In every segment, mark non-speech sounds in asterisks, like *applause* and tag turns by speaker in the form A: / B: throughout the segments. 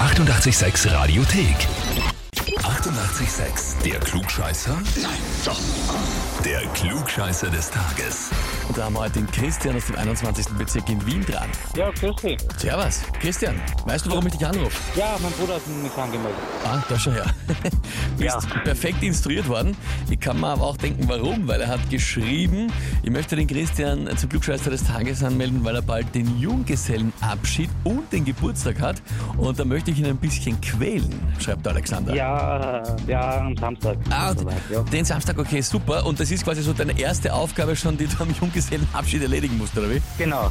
A: 886 Radiothek. 88,6. Der Klugscheißer? Nein, doch. Der Klugscheißer des Tages.
B: Und da haben wir heute den Christian aus dem 21. Bezirk in Wien dran.
C: Ja, grüß dich.
B: Servus, Christian. Weißt du, warum ich dich anrufe?
C: Ja, mein Bruder hat mich angemeldet.
B: Ah, da schon her. *laughs* Bist
C: Ja.
B: perfekt instruiert worden. Ich kann mir aber auch denken, warum, weil er hat geschrieben, ich möchte den Christian zum Glückscheißer des Tages anmelden, weil er bald den Junggesellenabschied und den Geburtstag hat. Und da möchte ich ihn ein bisschen quälen, schreibt der Alexander.
C: Ja, äh, ja, am Samstag.
B: Ah,
C: Und so weit, ja.
B: den Samstag, okay, super. Und das ist quasi so deine erste Aufgabe schon, die du am Junggesellenabschied erledigen musst, oder wie?
C: *laughs* Genau,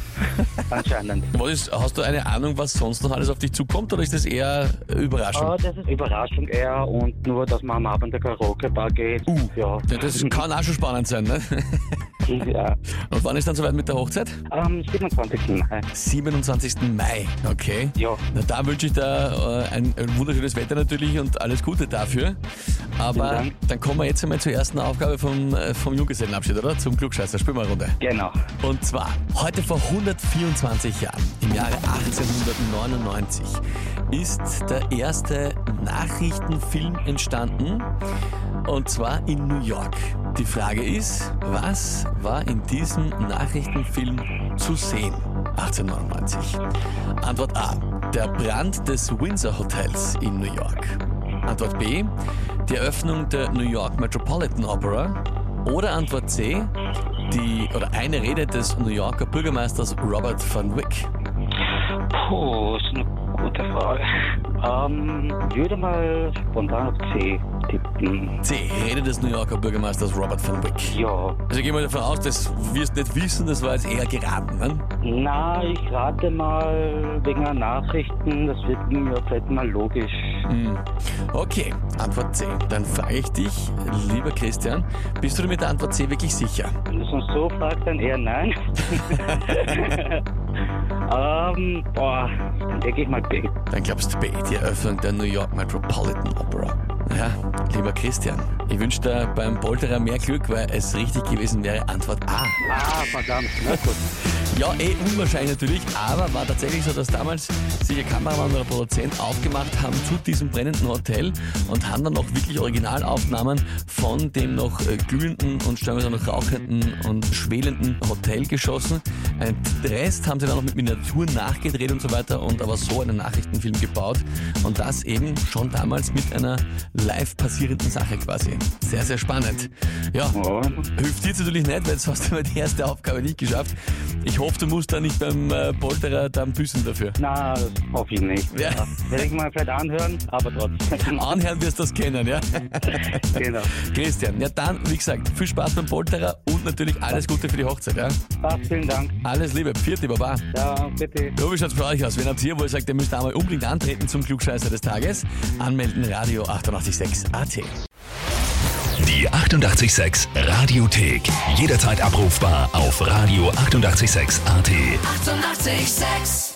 C: anscheinend.
B: Was ist, hast du eine Ahnung, was sonst noch alles auf dich zukommt, oder ist das eher äh, Überraschung?
C: Aber das ist Überraschung eher und nur, dass man am Abend der Karaoke-Bar geht.
B: Uh,
C: Ja.
B: ja, das kann auch schon spannend sein,
C: *laughs*
B: ne?
C: ja.
B: Und wann ist dann soweit mit der Hochzeit?
C: Am 27. Mai.
B: 27. Mai, okay.
C: Ja.
B: Na, da wünsche ich da äh, ein, ein wunderschönes Wetter natürlich und alles Gute dafür. Aber
C: Vielen Dank.
B: dann kommen wir jetzt einmal zur ersten Aufgabe vom, äh, vom Junggesellenabschied, oder? Zum Klugscheißer. Spielen wir eine Runde.
C: Genau.
B: Und zwar, heute vor 124 Jahren, im Jahre 1899, ist der erste Nachrichtenfilm entstanden. Und zwar in New York. Die Frage ist, was war in diesem Nachrichtenfilm zu sehen? 1899. Antwort A. Der Brand des Windsor Hotels in New York. Antwort B. Die Eröffnung der New York Metropolitan Opera. Oder Antwort C. Die oder eine Rede des New Yorker Bürgermeisters Robert Van Wyck.
C: Puh, ist eine gute Frage. Ähm, würde mal spontan auf C tippen.
B: C. Rede des New Yorker Bürgermeisters Robert Van Wyck.
C: Ja.
B: Also gehen wir davon aus, das wirst nicht wissen, das war jetzt eher geraten, ne?
C: Na, ich rate mal wegen der Nachrichten, das wird mir vielleicht mal logisch.
B: Hm. Okay, Antwort C. Dann frage ich dich, lieber Christian, bist du dir mit der Antwort C wirklich sicher?
C: Wenn du es uns so fragst, dann eher nein. ähm, boah, dann denke ich mal B.
B: Dann glaubst du B, die Eröffnung der New York Metropolitan Opera. Ja, lieber Christian, ich wünsche dir beim Polterer mehr Glück, weil es richtig gewesen wäre Antwort A.
C: Ah, verdammt, na gut.
B: Ja, eh unwahrscheinlich natürlich, aber war tatsächlich so, dass damals sich ein Kameramann oder ein Produzent aufgemacht haben zu diesem brennenden Hotel und haben dann auch wirklich Originalaufnahmen von dem noch äh, glühenden und stellenweise noch rauchenden und schwelenden Hotel geschossen. Ein Rest haben sie dann noch mit Miniaturen nachgedreht und so weiter und aber so einen Nachrichtenfilm gebaut und das eben schon damals mit einer live passierenden Sache quasi. Sehr, sehr spannend. Ja,
C: Oh,
B: Hilft dir jetzt natürlich nicht, weil jetzt hast du mal die erste Aufgabe nicht geschafft. Ich hoffe, du musst da nicht beim äh, Polterer dann büßen dafür.
C: na, das hoffe ich nicht.
B: Ja.
C: Werde ich mal vielleicht anhören, aber
B: *laughs*
C: trotzdem.
B: Anhören wirst du das kennen, ja?
C: genau.
B: Christian, ja dann, wie gesagt, viel Spaß beim Polterer und natürlich alles Gute für die Hochzeit, ja?
C: Passt, vielen Dank.
B: Alles Liebe, Pfiat, Baba.
C: Ja, bitte.
B: Ja, wie schaut's bei euch aus? Wenn habt ihr, wo ihr sagt, ihr müsst einmal unbedingt antreten zum Klugscheißer des Tages, anmelden Radio 886 AT.
A: Die 88,6 Radiothek. Jederzeit abrufbar auf radio886.at. 88,6.
D: Eighty-eight, sex.